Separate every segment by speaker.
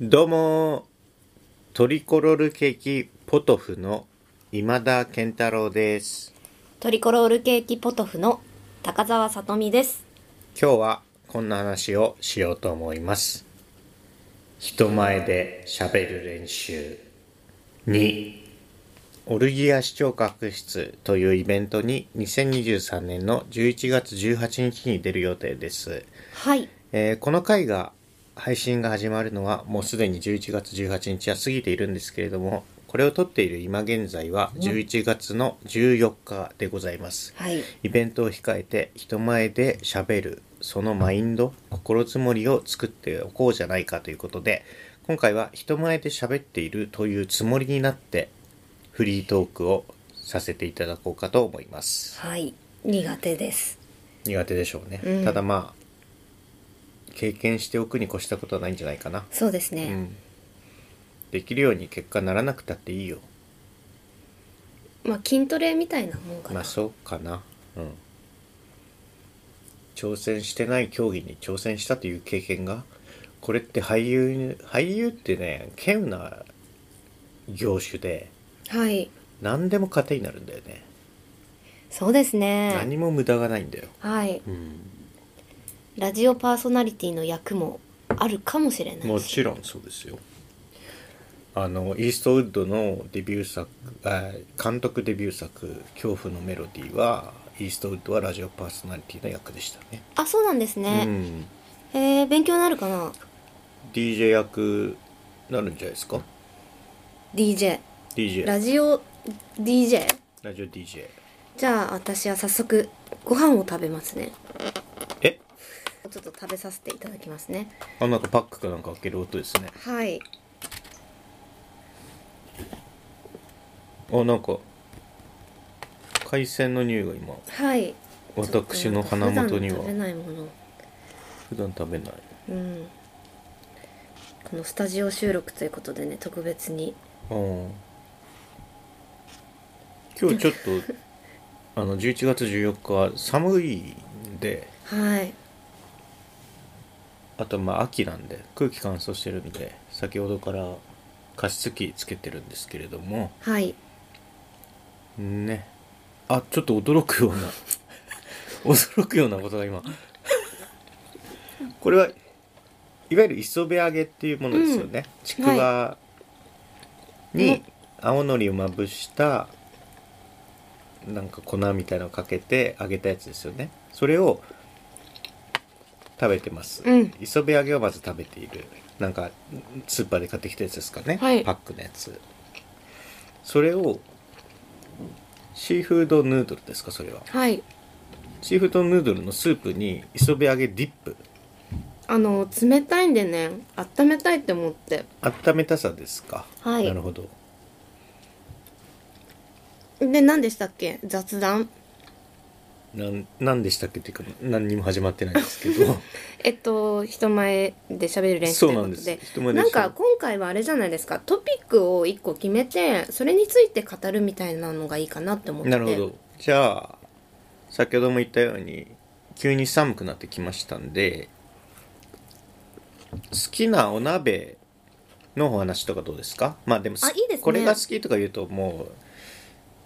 Speaker 1: どうもートリコロールケーキポトフの今田健太郎です
Speaker 2: トリコロールケーキポトフの高澤さとみです。
Speaker 1: 今日はこんな話をしようと思います人前で喋る練習2オルギア視聴覚室というイベントに2023年の11月18日に出る予定です
Speaker 2: はい。
Speaker 1: えーこの回が配信が始まるのはもうすでに11月18日は過ぎているんですけれどもこれを撮っている今現在は11月の14日でございます、
Speaker 2: はい。
Speaker 1: イベントを控えて人前で喋るそのマインド心づもりを作っておこうじゃないかということで今回は人前で喋っているというつもりになってフリートークをさせていただこうかと思います
Speaker 2: はい。苦手です。
Speaker 1: 苦手でしょうね、
Speaker 2: うん
Speaker 1: ただまあ経験しておくに越したことはないんじゃないかな、
Speaker 2: そうです
Speaker 1: う
Speaker 2: ね。
Speaker 1: ん、できるように結果ならなくたっていいよ
Speaker 2: まあ筋トレみたいなもんかな。
Speaker 1: まあそうかなうん挑戦してない競技に挑戦したという経験がこれって俳優俳優ってね稀有な業種で
Speaker 2: はい。
Speaker 1: 何でも糧になるんだよね、
Speaker 2: そうですね。
Speaker 1: 何も無駄がないんだよ、
Speaker 2: はい。
Speaker 1: うん、
Speaker 2: ラジオパーソナリティの役もあるかもしれない
Speaker 1: も
Speaker 2: し。
Speaker 1: ちろんそうですよあのイーストウッドのデビュー作あ監督デビュー作「恐怖のメロディーは」イーストウッドはラジオパーソナリティの役でしたね
Speaker 2: あ、そうなんです
Speaker 1: う
Speaker 2: ね。
Speaker 1: ん
Speaker 2: えー、勉強になるかな
Speaker 1: DJ 役なるんじゃないですか
Speaker 2: ?DJ。
Speaker 1: DJ ラ
Speaker 2: ラジオ DJ?
Speaker 1: ジオ DJ
Speaker 2: じゃあ私は早速ご飯を食べますね。
Speaker 1: え
Speaker 2: ちょっと食べさせていただきますね。
Speaker 1: あなんかパックかなんか開ける音ですね
Speaker 2: はい。
Speaker 1: あなんか海鮮の匂いが今
Speaker 2: はい。
Speaker 1: 私の鼻元には
Speaker 2: 普段食べないもの、
Speaker 1: 普段食べない
Speaker 2: うん、このスタジオ収録ということでね特別に
Speaker 1: うん今日ちょっとあの11月14日寒いんで
Speaker 2: はい
Speaker 1: あとまあ秋なんで空気乾燥してるんで先ほどから加湿器つけてるんですけれども
Speaker 2: はい
Speaker 1: ねあちょっと驚くような 驚くようなことが今これはいわゆる磯辺揚げっていうものですよね、ちくわに
Speaker 2: ね
Speaker 1: 青のりをまぶしたなんか粉みたいなのをかけて揚げたやつですよねそれを食べてます、
Speaker 2: うん
Speaker 1: 磯辺揚げをまず食べているなんかスーパーで買ってきたやつですかね、
Speaker 2: はい
Speaker 1: パックのやつそれをシーフードヌードルですかそれは
Speaker 2: はい
Speaker 1: シーフードヌードルのスープに磯辺揚げディップ
Speaker 2: あの冷たいんでね温めたいって思って
Speaker 1: 温めたさですか
Speaker 2: はい
Speaker 1: なるほど
Speaker 2: で何でしたっけ雑談
Speaker 1: なんなんでしたっけっていうか何にも始まってないですけど
Speaker 2: えっと人前で喋る練習
Speaker 1: そ
Speaker 2: と
Speaker 1: う
Speaker 2: いう
Speaker 1: な
Speaker 2: こ
Speaker 1: んで
Speaker 2: と
Speaker 1: す
Speaker 2: で
Speaker 1: 人前で
Speaker 2: なん
Speaker 1: しゃ
Speaker 2: か
Speaker 1: べ
Speaker 2: 今回はあれじゃないですかトピックを1個決めてそれについて語るみたいなのがいいかなって思って
Speaker 1: なるほどじゃあ先ほども言ったように急に寒くなってきましたんで好きなお鍋のお話とかどうですかまあでもす
Speaker 2: あいいですね
Speaker 1: これが好きとか言うともう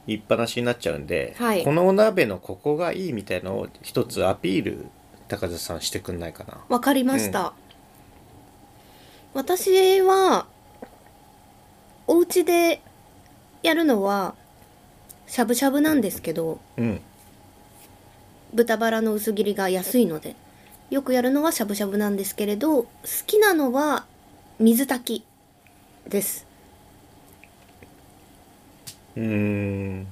Speaker 1: 言いっぱなしになっちゃうんで、
Speaker 2: はい
Speaker 1: このお鍋のここがいいみたいのを一つアピール高田さんしてくんないかな
Speaker 2: わかりました、私はお家でやるのはしゃぶしゃぶなんですけど
Speaker 1: うん
Speaker 2: 豚バラの薄切りが安いのでよくやるのはしゃぶしゃぶなんですけれど好きなのは水炊きです
Speaker 1: うーん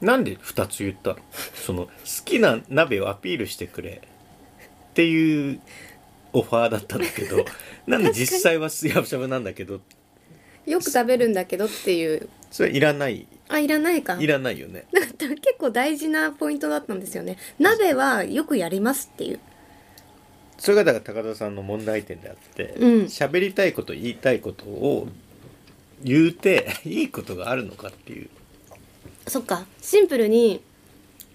Speaker 1: なんで2つ言ったのその好きな鍋をアピールしてくれっていうオファーだったんだけ どなんで実際はすやぶしゃぶなんだけど
Speaker 2: よく食べるんだけどっていう
Speaker 1: それいらない
Speaker 2: あいらないか
Speaker 1: いらないよね
Speaker 2: なんか 結構大事なポイントだったんですよね鍋はよくやりますっていう
Speaker 1: それがだから高田さんの問題点であって
Speaker 2: うん
Speaker 1: 喋、りたいこと言いたいことを言うていいことがあるのかっていう
Speaker 2: そっかシンプルに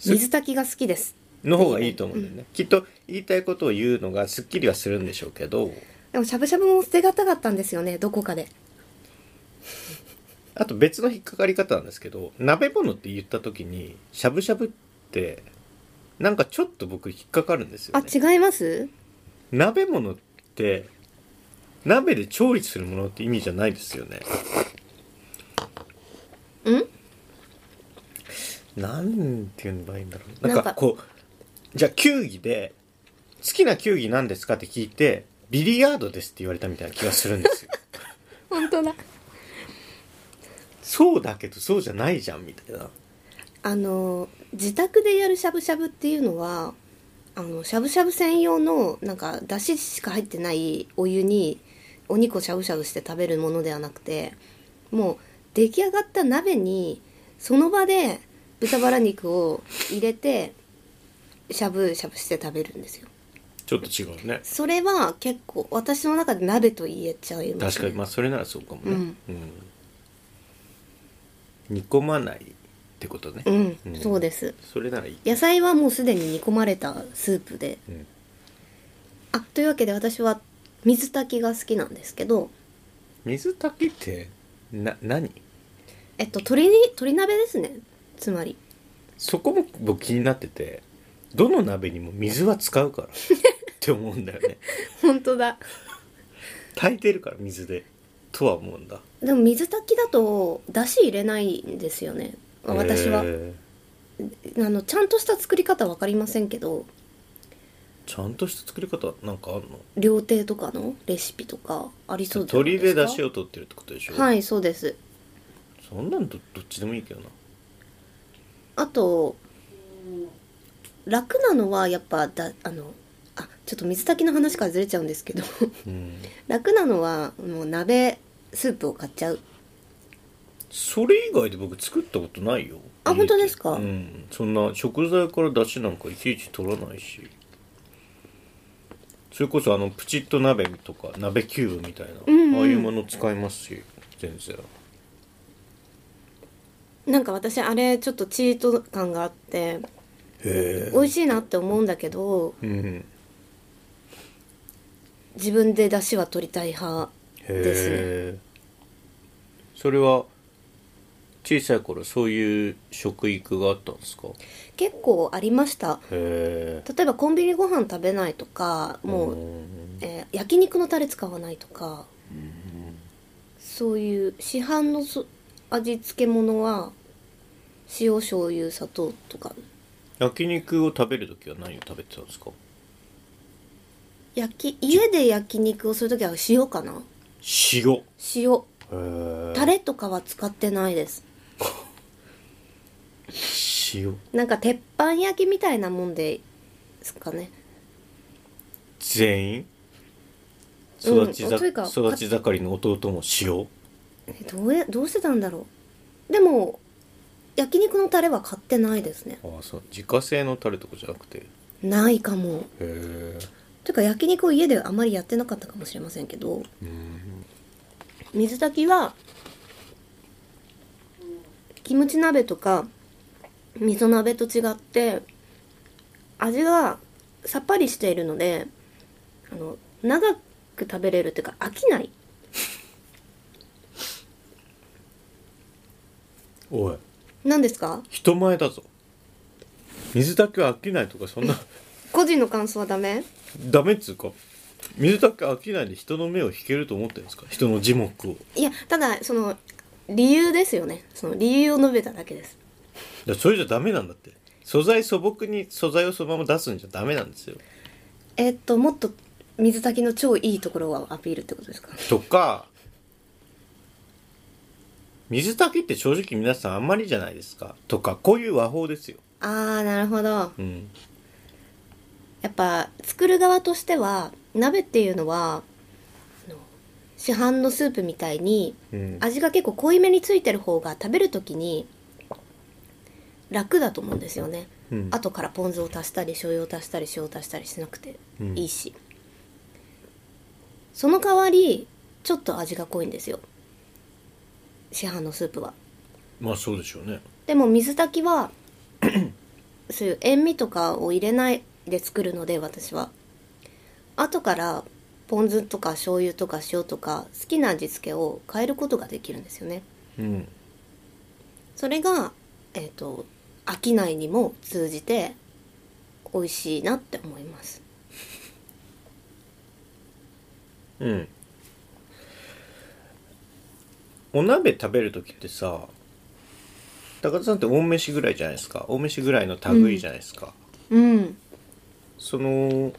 Speaker 2: 水炊きが好きです
Speaker 1: の方がいいと思うんだよね、きっと言いたいことを言うのがすっきりはするんでしょうけど
Speaker 2: でもしゃぶしゃぶも捨てがたかったんですよねどこかで
Speaker 1: あと別の引っかかり方なんですけど鍋物って言った時にしゃぶしゃぶってなんかちょっと僕引っかかるんですよ
Speaker 2: あ
Speaker 1: ね
Speaker 2: 違います
Speaker 1: 鍋物って鍋で調理するものって意味じゃないですよね
Speaker 2: うん
Speaker 1: なんて言えばいいんだろう
Speaker 2: な
Speaker 1: なんん
Speaker 2: か
Speaker 1: かこうじゃあ球技で「好きな球技なんですか?」って聞いて「ビリヤードです」って言われたみたいな気がするん ですよ
Speaker 2: 本当だ
Speaker 1: そうだけどそうじゃないじゃんみたいな
Speaker 2: あの自宅でやるしゃぶしゃぶっていうのはあのしゃぶしゃぶ専用のなんかだししか入ってないお湯にお肉をしゃぶしゃぶして食べるものではなくてもう出来上がった鍋にその場で豚バラ肉を入れてしゃぶしゃぶして食べるんですよ
Speaker 1: ちょっと違うね
Speaker 2: それは結構私の中で鍋と言えちゃいます
Speaker 1: 確かにまあそれならそうかもね、
Speaker 2: うん
Speaker 1: うん煮込まないってことね、
Speaker 2: うん、
Speaker 1: うん
Speaker 2: そうです
Speaker 1: それならいい、
Speaker 2: 野菜はもうすでに煮込まれたスープで
Speaker 1: うん
Speaker 2: あというわけで私は水炊きが好きなんですけど、
Speaker 1: 水炊きってな何
Speaker 2: えっと、鶏に鶏鍋ですねつまり
Speaker 1: そこも僕気になっててどの鍋にも水は使うからっ て思うんだよね
Speaker 2: 本当だ
Speaker 1: 炊いてるから水でとは思うんだ
Speaker 2: でも水炊きだと出汁入れないんですよねあ私は、
Speaker 1: え
Speaker 2: あのちゃんとした作り方わかりませんけど
Speaker 1: ーちゃんとした作り方なんかあるの
Speaker 2: 料亭とかのレシピとかありそうじゃない
Speaker 1: 鶏
Speaker 2: で
Speaker 1: です出
Speaker 2: か
Speaker 1: 汁を取ってるってことでしょ
Speaker 2: はいそうです
Speaker 1: そんなんどどっちでもいいけどな
Speaker 2: あと楽なのはやっぱだあのあちょっと水炊きの話からずれちゃうんですけど
Speaker 1: うん
Speaker 2: 楽なのはもう鍋スープを買っちゃう
Speaker 1: それ以外で僕作ったことないよ
Speaker 2: あ本当ですか
Speaker 1: うんそんな食材から出汁なんかいちいち取らないしそれこそあのプチッと鍋とか鍋キューブみたいな、
Speaker 2: うんうん
Speaker 1: ああいうもの使いますし全然
Speaker 2: なんか私あれちょっとチート感があって
Speaker 1: へ
Speaker 2: 美味しいなって思うんだけど
Speaker 1: えうん
Speaker 2: 自分で出汁は取りたい派ですね
Speaker 1: へえそれは小さい頃そういう食育があったんですかへ
Speaker 2: 結構ありました
Speaker 1: え
Speaker 2: 例えばコンビニご飯食べないとかもう、えー焼肉のタレ使わないとかそういう市販のそ味付け物は塩醤油砂糖とか
Speaker 1: 焼肉を食べるときは何を食べてたんですか
Speaker 2: 焼き家で焼肉をする時は塩かな
Speaker 1: 塩へ
Speaker 2: 塩
Speaker 1: え
Speaker 2: タレとかは使ってないです
Speaker 1: 塩
Speaker 2: なんか鉄板焼きみたいなもんですかね
Speaker 1: 全員
Speaker 2: うん
Speaker 1: 育ちざ、
Speaker 2: というか
Speaker 1: 育ち盛りの弟も塩
Speaker 2: えどうやどうしてたんだろうでも焼肉のタレは買ってないですね
Speaker 1: ああそう自家製のタレとかじゃなくてへ
Speaker 2: ないかも
Speaker 1: え
Speaker 2: というか焼肉を家であまりやってなかったかもしれませんけど
Speaker 1: うん
Speaker 2: 水炊きはキムチ鍋とか味噌鍋と違って味がさっぱりしているのであの長く食べれるというか飽きない
Speaker 1: おい
Speaker 2: なんですか
Speaker 1: 人前だぞ水だけは飽きないとかそんな
Speaker 2: 個人の感想はダメ
Speaker 1: ダメっつうか水だけ飽きないで人の目を引けると思ってるんですか人の耳目を
Speaker 2: いやただその理由ですよねその理由を述べただけです
Speaker 1: いやそれじゃダメなんだって素材素朴に素材をそのまま出すんじゃダメなんですよ
Speaker 2: えーっともっと水炊きの超いいところをアピールってことですか
Speaker 1: とか水炊きって正直皆さんあんまりじゃないですかとかこういう和法ですよ、
Speaker 2: あーなるほど
Speaker 1: うん、
Speaker 2: やっぱ作る側としては鍋っていうのはあの市販のスープみたいに
Speaker 1: うん
Speaker 2: 味が結構濃いめについてる方が食べる時に楽だと思うんですよね、
Speaker 1: うん
Speaker 2: 後からポン酢を足したり醤油を足したり塩を足したりしなくて
Speaker 1: うん
Speaker 2: いいし、その代わりちょっと味が濃いんですよ市販のスープは
Speaker 1: まあそうでしょうね
Speaker 2: でも水炊きは そういう塩味とかを入れないで作るので私は後からポン酢とか醤油とか塩とか好きな味付けを変えることができるんですよね
Speaker 1: うん
Speaker 2: それがえっ、と飽きないにも通じて美味しいなって思います
Speaker 1: うんお鍋食べる時ってさ高田さんって大飯ぐらいじゃないですか大飯ぐらいの類じゃないですか、
Speaker 2: うん
Speaker 1: その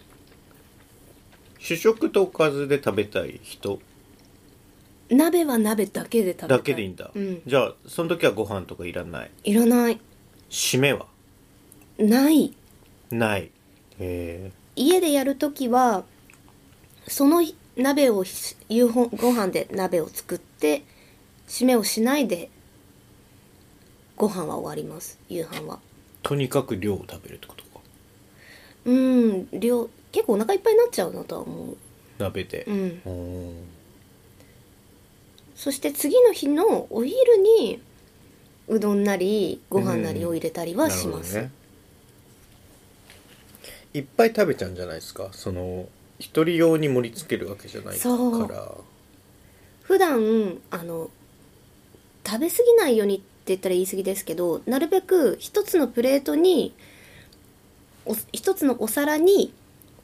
Speaker 1: 主食とおかずで食べたい人
Speaker 2: 鍋は鍋だけで食べたい
Speaker 1: だけでいいんだ、
Speaker 2: うん、
Speaker 1: じゃあその時はご飯とかいらない
Speaker 2: いらない
Speaker 1: 締めは
Speaker 2: ない
Speaker 1: ないへ
Speaker 2: 家でやるときはその日鍋をひ夕ごご飯で鍋を作って締めをしないでご飯は終わります夕飯は
Speaker 1: えとにかく量を食べるってことか
Speaker 2: うん量結構お腹いっぱいになっちゃうなとは思う
Speaker 1: 鍋で
Speaker 2: う、ん
Speaker 1: おー
Speaker 2: そして次の日のお昼にうどんなりご飯なりを入れたりはします、
Speaker 1: なるほどねいっぱい食べちゃうんじゃないですかその一人用に盛り付けるわけじゃないか
Speaker 2: そう
Speaker 1: ら
Speaker 2: 普段あの食べ過ぎないようにって言ったら言い過ぎですけどなるべく一つのプレートにお一つのお皿に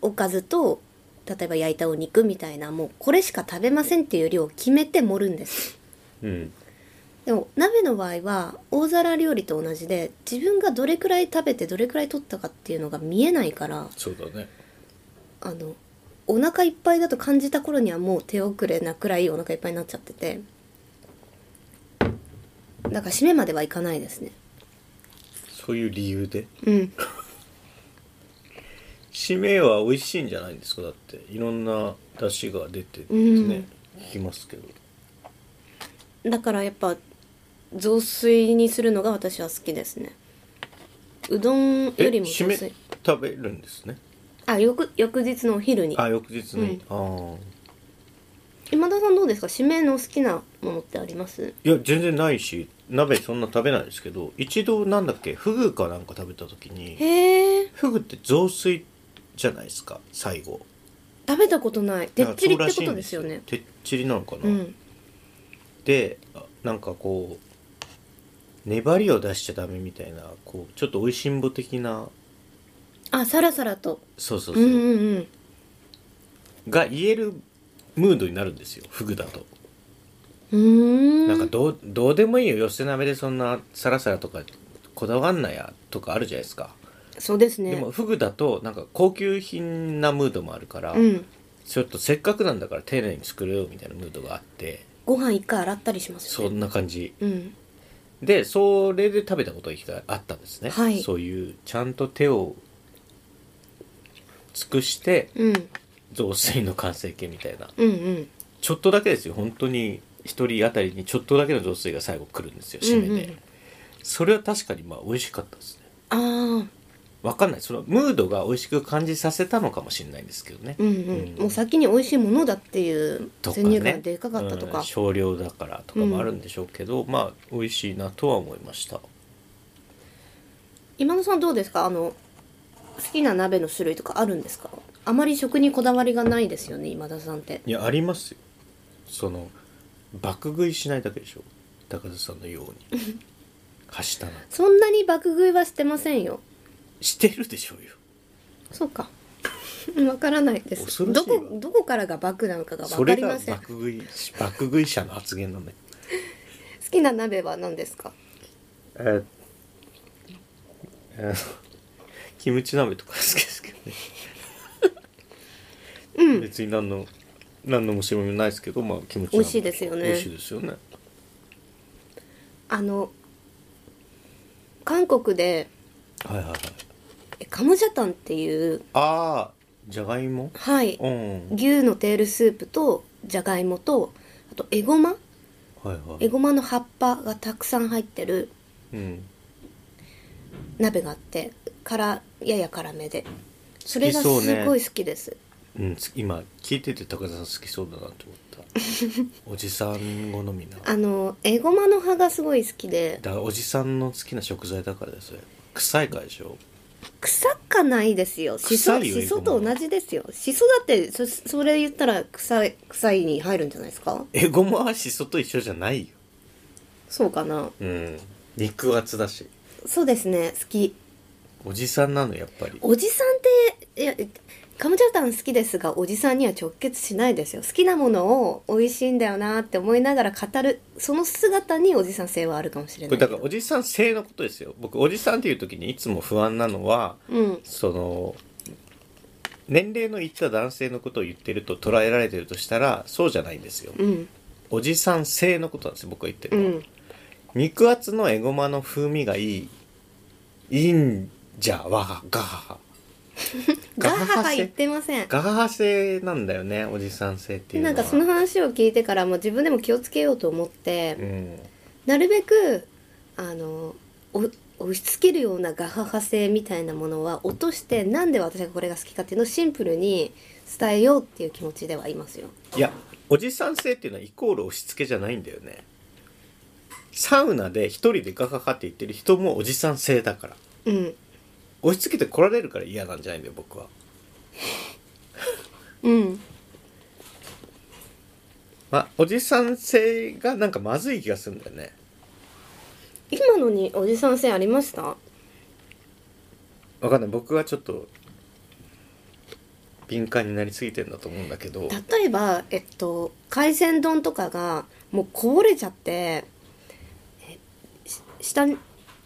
Speaker 2: おかずと例えば焼いたお肉みたいなもうこれしか食べませんっていう量を決めて盛るんです
Speaker 1: うん
Speaker 2: でも鍋の場合は大皿料理と同じで自分がどれくらい食べてどれくらい取ったかっていうのが見えないから
Speaker 1: そうだね
Speaker 2: あのお腹いっぱいだと感じた頃にはもう手遅れなくらいお腹いっぱいになっちゃっててだから締めまではいかないですね
Speaker 1: そういう理由で
Speaker 2: うん
Speaker 1: 締めは美味しいんじゃないんですかだっていろんな出汁が出てってね、聞きますけど
Speaker 2: だからやっぱ雑炊にするのが私は好きですねうどんよ
Speaker 1: え
Speaker 2: りも雑
Speaker 1: 締め
Speaker 2: 炊
Speaker 1: 食べるんですね
Speaker 2: あ翌翌日のお昼に
Speaker 1: あ翌日に、ああ
Speaker 2: 今田さんどうですか締めの好きなものってあります
Speaker 1: いや全然ないし鍋そんな食べないですけど一度なんだっけフグかなんか食べた時に
Speaker 2: へえ
Speaker 1: フグって雑炊じゃないですか最後
Speaker 2: 食べたことないてっちり
Speaker 1: だからそ
Speaker 2: ってこ
Speaker 1: うらしい
Speaker 2: と
Speaker 1: ん
Speaker 2: ですよね
Speaker 1: てっちりなのかな、
Speaker 2: うん
Speaker 1: であなんかこう粘りを出しちゃダメみたいなこうちょっと美味しんぼ的な
Speaker 2: あさらさらと
Speaker 1: そうそう
Speaker 2: う
Speaker 1: そう、
Speaker 2: んうんうん
Speaker 1: が言えるムードになるんですよフグだと、
Speaker 2: うーん
Speaker 1: なんかどうどうでもいいよ寄せ鍋でそんなサラサラとかこだわんなやとかあるじゃないですか、
Speaker 2: そうですね
Speaker 1: でもフグだとなんか高級品なムードもあるから、
Speaker 2: うん
Speaker 1: ちょっとせっかくなんだから丁寧に作れよみたいなムードがあって
Speaker 2: ご飯一回洗ったりします
Speaker 1: そ
Speaker 2: よね
Speaker 1: んな感じ
Speaker 2: うん
Speaker 1: でそれで食べたことがあったんですね、
Speaker 2: はい
Speaker 1: そういうちゃんと手を尽くして
Speaker 2: うん
Speaker 1: 雑炊の完成形みたいな
Speaker 2: うんうん
Speaker 1: ちょっとだけですよ本当に一人当たりにちょっとだけの雑炊が最後来るんですよ締めで、
Speaker 2: うんうん
Speaker 1: それは確かにまあ美味しかったですね
Speaker 2: ああ
Speaker 1: わかんないそのムードが美味しく感じさせたのかもしれないんですけどね、
Speaker 2: うんうん、もう先に美味しいものだっていう
Speaker 1: とかね
Speaker 2: 先入観がでかかったと
Speaker 1: う
Speaker 2: か
Speaker 1: ん少量だからとかもあるんでしょうけど、まあ美味しいなとは思いました
Speaker 2: 今野さんどうですかあの好きな鍋の種類とかあるんですかあまり食にこだわりがないですよね今田さんって
Speaker 1: いやありますよその爆食いしないだけでしょ高田さんのように はしたな
Speaker 2: そんなに爆食いはしてませんよ
Speaker 1: してるでしょうよ
Speaker 2: そうか わからないです
Speaker 1: 恐ろしい
Speaker 2: ど
Speaker 1: わ
Speaker 2: こどこからが爆なのかが
Speaker 1: そ
Speaker 2: わ
Speaker 1: れ
Speaker 2: かり
Speaker 1: が
Speaker 2: ま
Speaker 1: 爆
Speaker 2: せん好
Speaker 1: 食い爆食い者の発言なんだよ
Speaker 2: きな鍋は何ですか
Speaker 1: えーえーキムチ鍋とか好きですけどね、別に何の何の面白みもないですけどまあキムチ鍋
Speaker 2: 美味しいですよね
Speaker 1: 美味しいですよね
Speaker 2: あの韓国で
Speaker 1: はいはいはい
Speaker 2: えカムジャタンっていう
Speaker 1: ああじゃがいも
Speaker 2: はい
Speaker 1: うんはい
Speaker 2: 牛のテールスープとじゃがいもとあとエゴマ
Speaker 1: はい
Speaker 2: エゴマの葉っぱがたくさん入ってる
Speaker 1: うん
Speaker 2: 鍋があってからやや辛めでそれ
Speaker 1: 好
Speaker 2: が
Speaker 1: きそうね
Speaker 2: すごい好きです、
Speaker 1: うん、つ今聞いてて高田さん好きそうだなって思った おじさん好みな
Speaker 2: あのエゴマの葉がすごい好きで
Speaker 1: だからおじさんの好きな食材だからですよ臭いからでしょ
Speaker 2: 臭かないですよし
Speaker 1: 臭
Speaker 2: そ
Speaker 1: いよ
Speaker 2: しそ
Speaker 1: いいと思
Speaker 2: と
Speaker 1: う
Speaker 2: 同じですよしそだってそそれ言ったら臭い臭いに入るんじゃないですか
Speaker 1: えごまはしそと一緒じゃないよ
Speaker 2: そうかな
Speaker 1: うん肉厚だし
Speaker 2: そうですね好き
Speaker 1: おじさんなのやっぱり
Speaker 2: おじさんっていやカムチャタン好きですがおじさんには直結しないですよ好きなものを美味しいんだよなって思いながら語るその姿におじさん性はあるかもしれ
Speaker 1: こ
Speaker 2: な
Speaker 1: れだ
Speaker 2: いけど
Speaker 1: からおじさん性のことですよ僕おじさんっていう時にいつも不安なのは
Speaker 2: うん
Speaker 1: その年齢のいった男性のことを言ってると捉えられてるとしたらそうじゃないんですよ
Speaker 2: うん
Speaker 1: おじさん性のことなんですよ僕が言って
Speaker 2: う
Speaker 1: るのは、
Speaker 2: ん
Speaker 1: 肉厚のエゴマの風味がいいいいんじゃわ がガハハガ
Speaker 2: ガ
Speaker 1: ハハ
Speaker 2: ハ
Speaker 1: 性
Speaker 2: ハハ言ってません
Speaker 1: ガハハ性なんだよねおじさん性っていうの
Speaker 2: な
Speaker 1: は
Speaker 2: んかその話を聞いてからもう自分でも気をつけようと思って、
Speaker 1: うん
Speaker 2: なるべくあのお押し付けるようなガハハ性みたいなものは落としてなんで私がこれが好きかっていうのをシンプルに伝えようっていう気持ちではいますよ。
Speaker 1: いやおじさん性っていうのはイコール押し付けじゃないんだよねサウナで一人でガハハって言ってる人もおじさん性だから
Speaker 2: うん、
Speaker 1: 押し付けて来られるから嫌なんじゃないんだよ僕は
Speaker 2: うん、
Speaker 1: まあおじさん性がなんかまずい気がするんだよね
Speaker 2: 今のにおじさん性ありました
Speaker 1: わかんない僕はちょっと敏感になりすぎてんだと思うんだけど
Speaker 2: 例えば、えっと、海鮮丼とかがもうこぼれちゃってえし下に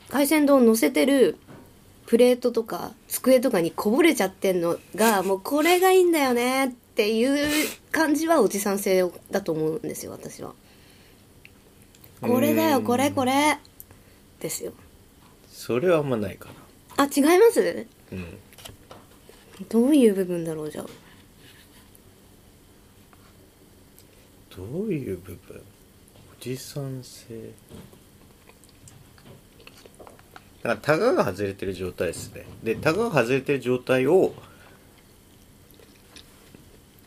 Speaker 2: 海鮮丼を乗せてるプレートとか机とかにこぼれちゃってんのがもうこれがいいんだよねっていう感じはおじさん性だと思うんですよ私は。これだよ
Speaker 1: うん
Speaker 2: これこれですよ。
Speaker 1: それはあんまないか
Speaker 2: あ違います
Speaker 1: なうん
Speaker 2: どういう部分だろうじゃあ。
Speaker 1: どういう部分おじさん性だからタガが外れてる状態ですねでタガが外れてる状態を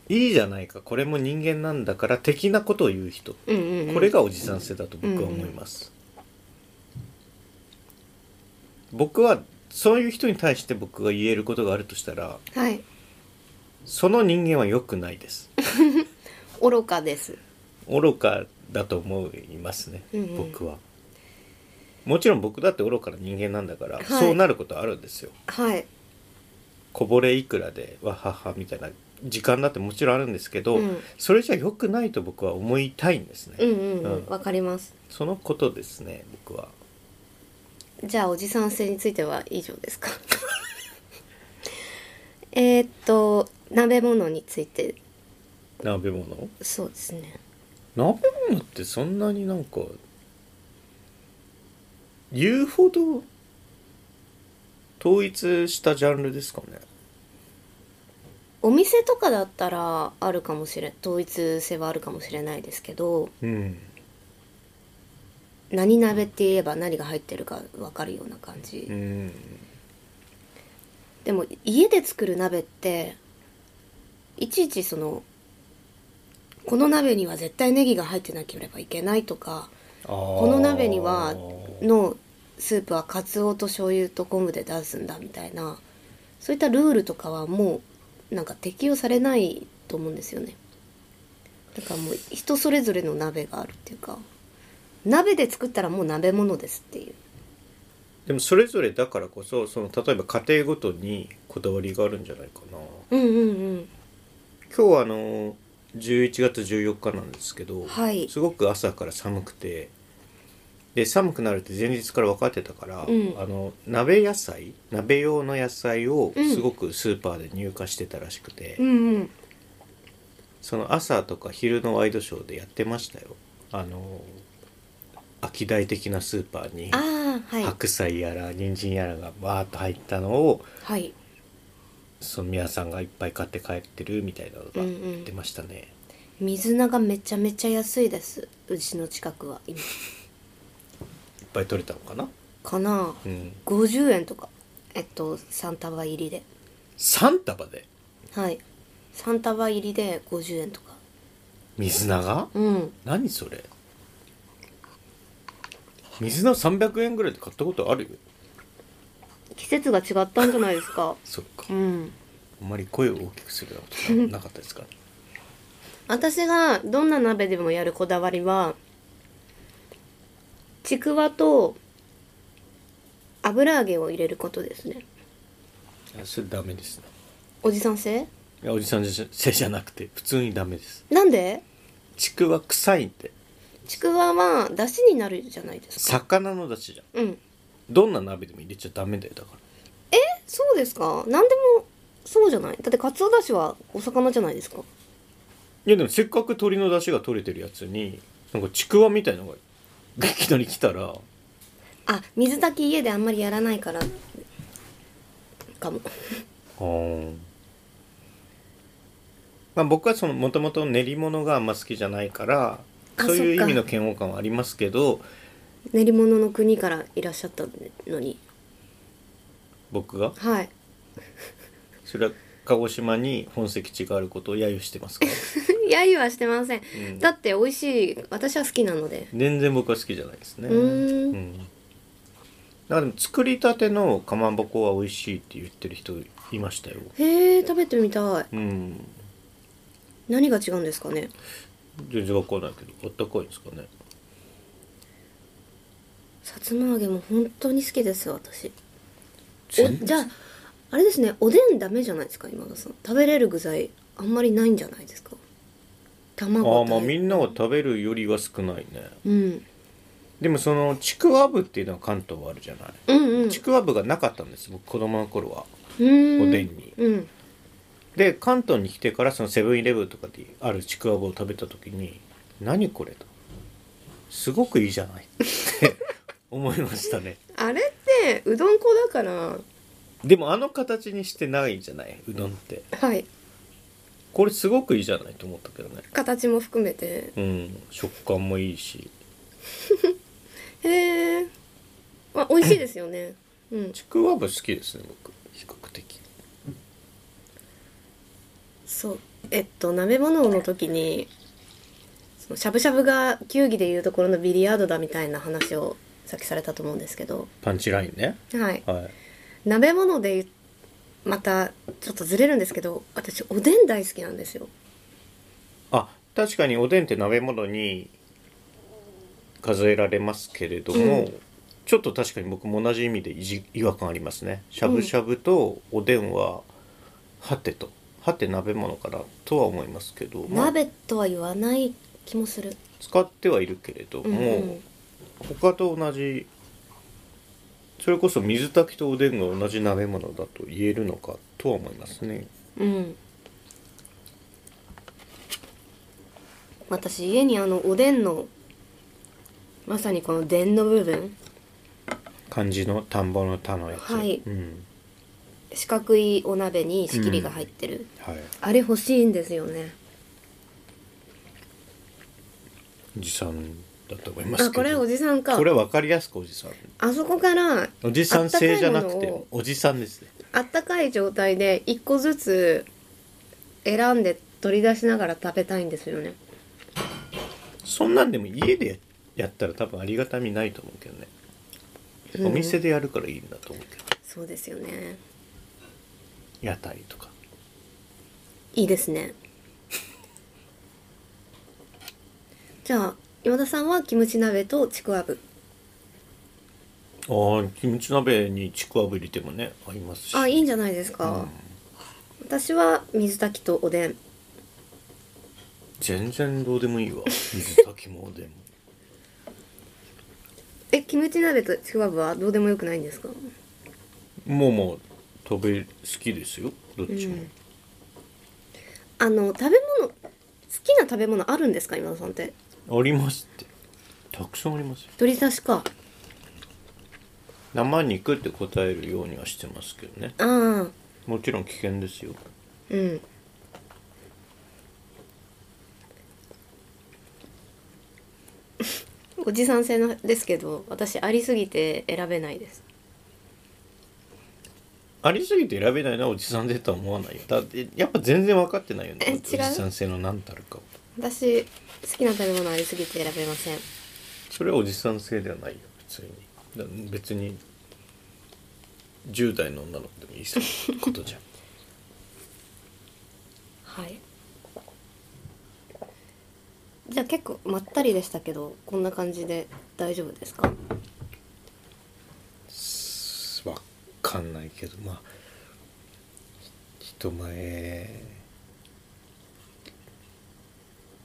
Speaker 1: いいじゃないかこれも人間なんだから的なことを言う人
Speaker 2: うんうんうん、
Speaker 1: これがおじさん性だと僕は思います、僕はそういう人に対して僕が言えることがあるとしたら
Speaker 2: はい
Speaker 1: その人間は良くないです
Speaker 2: 愚かです。
Speaker 1: 愚かだと思いますね、
Speaker 2: うんうん
Speaker 1: 僕はもちろん僕だって愚かな人間なんだから、
Speaker 2: はい
Speaker 1: そうなることあるんですよ
Speaker 2: はい。
Speaker 1: こぼれいくらでわははみたいな時間だってもちろんあるんですけど、
Speaker 2: うん
Speaker 1: それじゃ良くないと僕は思いたいんですね、
Speaker 2: うんうんうんわ、
Speaker 1: うん
Speaker 2: かります。
Speaker 1: そのことですね僕は
Speaker 2: じゃあおじさん性については以上ですか えーっと鍋物について
Speaker 1: 鍋物
Speaker 2: そうですね
Speaker 1: 鍋物ってそんなになんか言うほど統一したジャンルですかね
Speaker 2: お店とかだったらあるかもしれ統一性はあるかもしれないですけど
Speaker 1: うん
Speaker 2: 何鍋って言えば何が入ってるか分かるような感じ、
Speaker 1: うん
Speaker 2: でも家で作る鍋っていちいちそのこの鍋には絶対ネギが入ってなければいけないとか
Speaker 1: こ
Speaker 2: この鍋にはのスープはカツオと醤油と昆布で出すんだみたいなそういったルールとかはもうなんか適用されないと思うんですよねだからもう人それぞれの鍋があるっていうか鍋で作ったらもう鍋物ですっていう
Speaker 1: でもそれぞれだからこそその例えば家庭ごとにこだわりがあるんじゃないかな
Speaker 2: うんうん
Speaker 1: 今日はあの11月14日なんですけど、
Speaker 2: はい
Speaker 1: すごく朝から寒くてで寒くなるって前日から分かってたから、
Speaker 2: うん
Speaker 1: あの鍋野菜鍋用の野菜を
Speaker 2: うん
Speaker 1: すごくスーパーで入荷してたらしくて、
Speaker 2: うんうんうん
Speaker 1: その朝とか昼のワイドショーでやってましたよあの秋大的なスーパーに
Speaker 2: ああはい
Speaker 1: 白菜やら人参やらがわーっと入ったのを
Speaker 2: はい
Speaker 1: その皆さんがいっぱい買って帰ってるみたいなのが
Speaker 2: うんうん
Speaker 1: 出ましたね、
Speaker 2: 水菜がめちゃめちゃ安いですうちの近くは今
Speaker 1: いっぱい取れたのかな、
Speaker 2: かな
Speaker 1: うん、
Speaker 2: 50円とかえっと3束入りで
Speaker 1: 3束で
Speaker 2: はい3束入りで50円とか
Speaker 1: 水菜が
Speaker 2: うん
Speaker 1: 何それ水菜300円ぐらいで買ったことあるよ
Speaker 2: 季節が違ったんじゃないですか
Speaker 1: そっか
Speaker 2: うん
Speaker 1: あんまり声を大きくすることなかったです か
Speaker 2: 私がどんな鍋でもやるこだわりはちくわと油揚げを入れることですね
Speaker 1: いやそれダメですね
Speaker 2: おじさん性
Speaker 1: いやおじさんじゃせいじゃなくて普通にダメです
Speaker 2: なんで
Speaker 1: ちくわ臭いって
Speaker 2: ちくわは出汁になるじゃないですか
Speaker 1: 魚の出汁じゃん
Speaker 2: うん
Speaker 1: どんな鍋でも入れちゃダメだよだから
Speaker 2: そうですか何でもそうじゃないだってかつおだしはお魚じゃないですか
Speaker 1: いやでもせっかく鶏の出汁が取れてるやつになんかちくわみたいのがいきなり来たら
Speaker 2: あ水炊き家であんまりやらないからかも
Speaker 1: まあ、僕はそのもともと練り物があんま好きじゃないから
Speaker 2: あ
Speaker 1: そういう
Speaker 2: そ
Speaker 1: 意
Speaker 2: っか
Speaker 1: 味の嫌悪感はありますけど
Speaker 2: 練り物の国からいらっしゃったのに
Speaker 1: 僕が
Speaker 2: はい
Speaker 1: それは鹿児島に本籍地があることを揶揄してますから
Speaker 2: 揶揄はしてません、
Speaker 1: ん
Speaker 2: だって美味しい私は好きなので
Speaker 1: 全然僕は好きじゃないですね
Speaker 2: うーん
Speaker 1: うんだからでも作りたてのかまぼこは美味しいって言ってる人いましたよ
Speaker 2: へえ食べてみたい
Speaker 1: うん
Speaker 2: 何が違うんですかね
Speaker 1: 全然わかんないけどあったかいんですかね
Speaker 2: さつま揚げも本当に好きです私おじゃああれですねおでんダメじゃないですか今田さん食べれる具材あんまりないんじゃないですか
Speaker 1: あ
Speaker 2: 卵
Speaker 1: あまあみ
Speaker 2: ん
Speaker 1: んなが食べるよりは少ないね
Speaker 2: うん
Speaker 1: でもそのちくわぶっていうのは関東はあるじゃない、
Speaker 2: うんうん
Speaker 1: ちくわぶがなかったんです僕子供の頃は
Speaker 2: お
Speaker 1: おでんに
Speaker 2: うん
Speaker 1: で関東に来てからそのセブンイレブンとかであるちくわぶを食べた時に「何これ」と「すごくいいじゃない」 って思いましたね
Speaker 2: あれってうどん粉だから
Speaker 1: でもあの形にしてないじゃないうどんって
Speaker 2: はい
Speaker 1: これすごくいいじゃないと思ったけどね
Speaker 2: 形も含めて
Speaker 1: うん食感もいいし
Speaker 2: へえまあ美味しいですよねうん
Speaker 1: ちくわぶ好きですね僕比較的
Speaker 2: そうえっと鍋物の時にそのしゃぶしゃぶが球技でいうところのビリヤードだみたいな話をさっきされたと思うんですけど
Speaker 1: パンチラインね
Speaker 2: はい
Speaker 1: はい
Speaker 2: 鍋物でまたちょっとずれるんですけど私おでん大好きなんですよ
Speaker 1: あ確かにおでんって鍋物に数えられますけれども、
Speaker 2: うん
Speaker 1: ちょっと確かに僕も同じ意味でいじ違和感ありますねしゃぶしゃぶとおでんは、はてとはて鍋物かなとは思いますけど、まあ、
Speaker 2: 鍋とは言わない気もする
Speaker 1: 使ってはいるけれど
Speaker 2: うん
Speaker 1: も、他と同じそれこそ水炊きとおでんが同じ鍋物だと言えるのかとは思いますね
Speaker 2: うん、うん、私家にあのおでんのまさにこの「でん」の部分
Speaker 1: 漢字の田んぼの田のやつ
Speaker 2: はい
Speaker 1: うん
Speaker 2: 四角いお鍋に仕切りが入ってる、
Speaker 1: はい、
Speaker 2: あれ欲しいんですよね
Speaker 1: 持参だと思いますけ
Speaker 2: あ
Speaker 1: ど
Speaker 2: これおじさんか
Speaker 1: これ分かりやすくおじさん
Speaker 2: あそこから
Speaker 1: おじさん性じゃなく
Speaker 2: あったかいもの
Speaker 1: て
Speaker 2: を
Speaker 1: おじさんですね
Speaker 2: あったかい状態で一個ずつ選んで取り出しながら食べたいんですよね
Speaker 1: そんなんでも家でやったら多分ありがたみないと思うけどね、
Speaker 2: うん
Speaker 1: お店でやるからいいんだと思うけど
Speaker 2: そうですよね
Speaker 1: 屋台とか
Speaker 2: いいですね じゃあ今田さんはキムチ鍋とちくわぶ
Speaker 1: あーキムチ鍋にちくわぶ入れてもね合いますし
Speaker 2: あいいんじゃないですか、私は水炊きとおでん
Speaker 1: 全然どうでもいい わ水炊きもおでんも
Speaker 2: えキムチ鍋とちくわぶはどうでもよくないんですか
Speaker 1: もうもう食べ好きですよどっちも、
Speaker 2: うんあの食べ物好きな食べ物あるんですか今田さんって
Speaker 1: ありますってたくさんありますよ
Speaker 2: 鶏刺しか
Speaker 1: 生肉って答えるようにはしてますけどね
Speaker 2: ああ
Speaker 1: もちろん危険ですよ
Speaker 2: うんおじさん性のですけど私ありすぎて選べないです
Speaker 1: ありすぎて選べないのはおじさんでとは思わないよだってやっぱ全然分かってないよね
Speaker 2: え違う
Speaker 1: おじさん性の何たるかを
Speaker 2: 私好きな食べ物ありすぎて選べません
Speaker 1: それはおじさん性ではないよ普通にだ別に
Speaker 3: 10代の女の子でもいいさことじゃん
Speaker 2: はいじゃあ結構まったりでしたけどこんな感じで大丈夫ですか
Speaker 1: わかんないけどまあ人前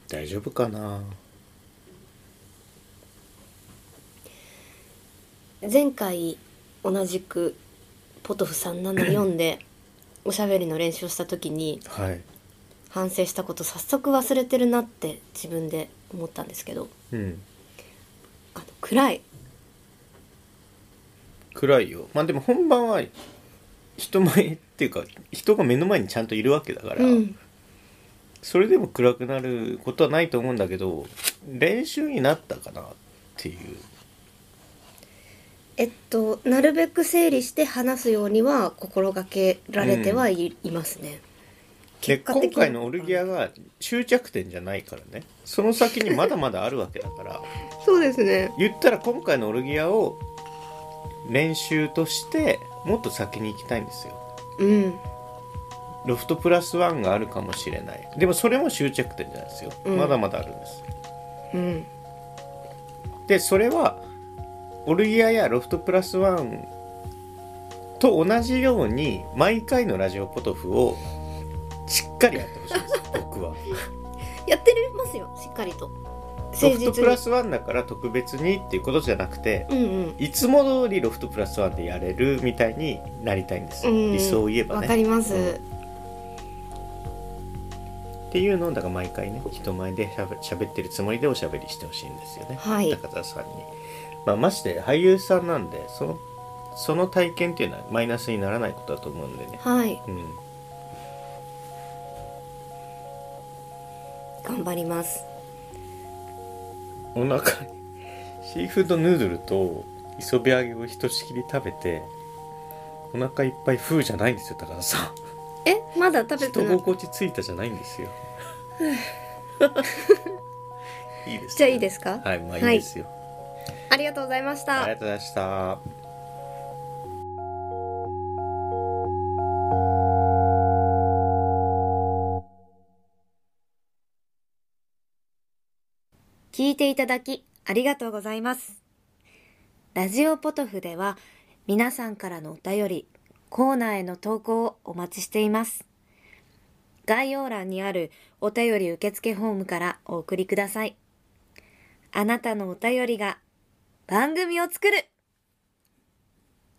Speaker 1: 大丈夫かな
Speaker 2: 前回同じくポトフ374で おしゃべりの練習をした時に
Speaker 1: はい
Speaker 2: 反省したこと早速忘れてるなって自分で思ったんですけど
Speaker 1: うん
Speaker 2: あの暗い
Speaker 3: 暗いよ
Speaker 1: まあでも本番は人前っていうか人が目の前にちゃんといるわけだから、
Speaker 2: うん
Speaker 1: それでも暗くなることはないと思うんだけど練習になったかなっていう
Speaker 2: えっとなるべく整理して話すようには心がけられてはい,、ますね
Speaker 1: で
Speaker 2: 結果的に
Speaker 1: 今回のオルギアが終着点じゃないからねその先にまだまだあるわけだ から。
Speaker 2: そうですね
Speaker 1: 言ったら今回のオルギアを練習としてもっと先に行きたいんですよ
Speaker 2: うん
Speaker 1: ロフトプラスワンがあるかもしれないでもそれも終着点じゃないですよ、
Speaker 2: うん
Speaker 1: まだまだあるんです
Speaker 2: うん
Speaker 1: でそれはオルギアやロフトプラスワンと同じように毎回のラジオポトフをしっかりやってほしいんで す僕は
Speaker 2: やってますよしっかりと
Speaker 1: ロ
Speaker 2: 誠
Speaker 1: フト
Speaker 2: 実
Speaker 1: プ
Speaker 2: に
Speaker 1: ラスワンだから特別にっていうことじゃなくて
Speaker 2: うんうん
Speaker 1: いつも通りロフトプラスワンでやれるみたいになりたいんです、
Speaker 2: うん
Speaker 1: 理想を言えば
Speaker 2: わ
Speaker 1: ね
Speaker 2: かります、
Speaker 1: っていうのをだから毎回ね人前でしゃべ喋ってるつもりでおしゃべりしてほしいんですよね、
Speaker 2: はい
Speaker 1: 高田さんに、まあ、まして俳優さんなんでそのその体験っていうのはマイナスにならないことだと思うんでね、
Speaker 2: はい
Speaker 1: うん、
Speaker 2: 頑張ります
Speaker 1: お腹にシーフードヌードルと磯辺揚げをひとしきり食べてお腹いっぱい風じゃないんですよ高田さ
Speaker 2: えまだ食
Speaker 1: ん
Speaker 2: べ
Speaker 1: 人
Speaker 2: てない
Speaker 1: 心地ついたじゃないんです よいいですね
Speaker 2: じゃあいいですか、
Speaker 1: はいまあいいですよ、
Speaker 2: ありがとうございまし
Speaker 1: あり
Speaker 2: た
Speaker 1: がとうございました
Speaker 4: 聞いていただきありがとうございます。ラジオポトフでは皆さんからのお便り、コーナーへの投稿をお待ちしています。概要欄にあるお便り受付フォームからお送りください。あなたのお便りが番組を作る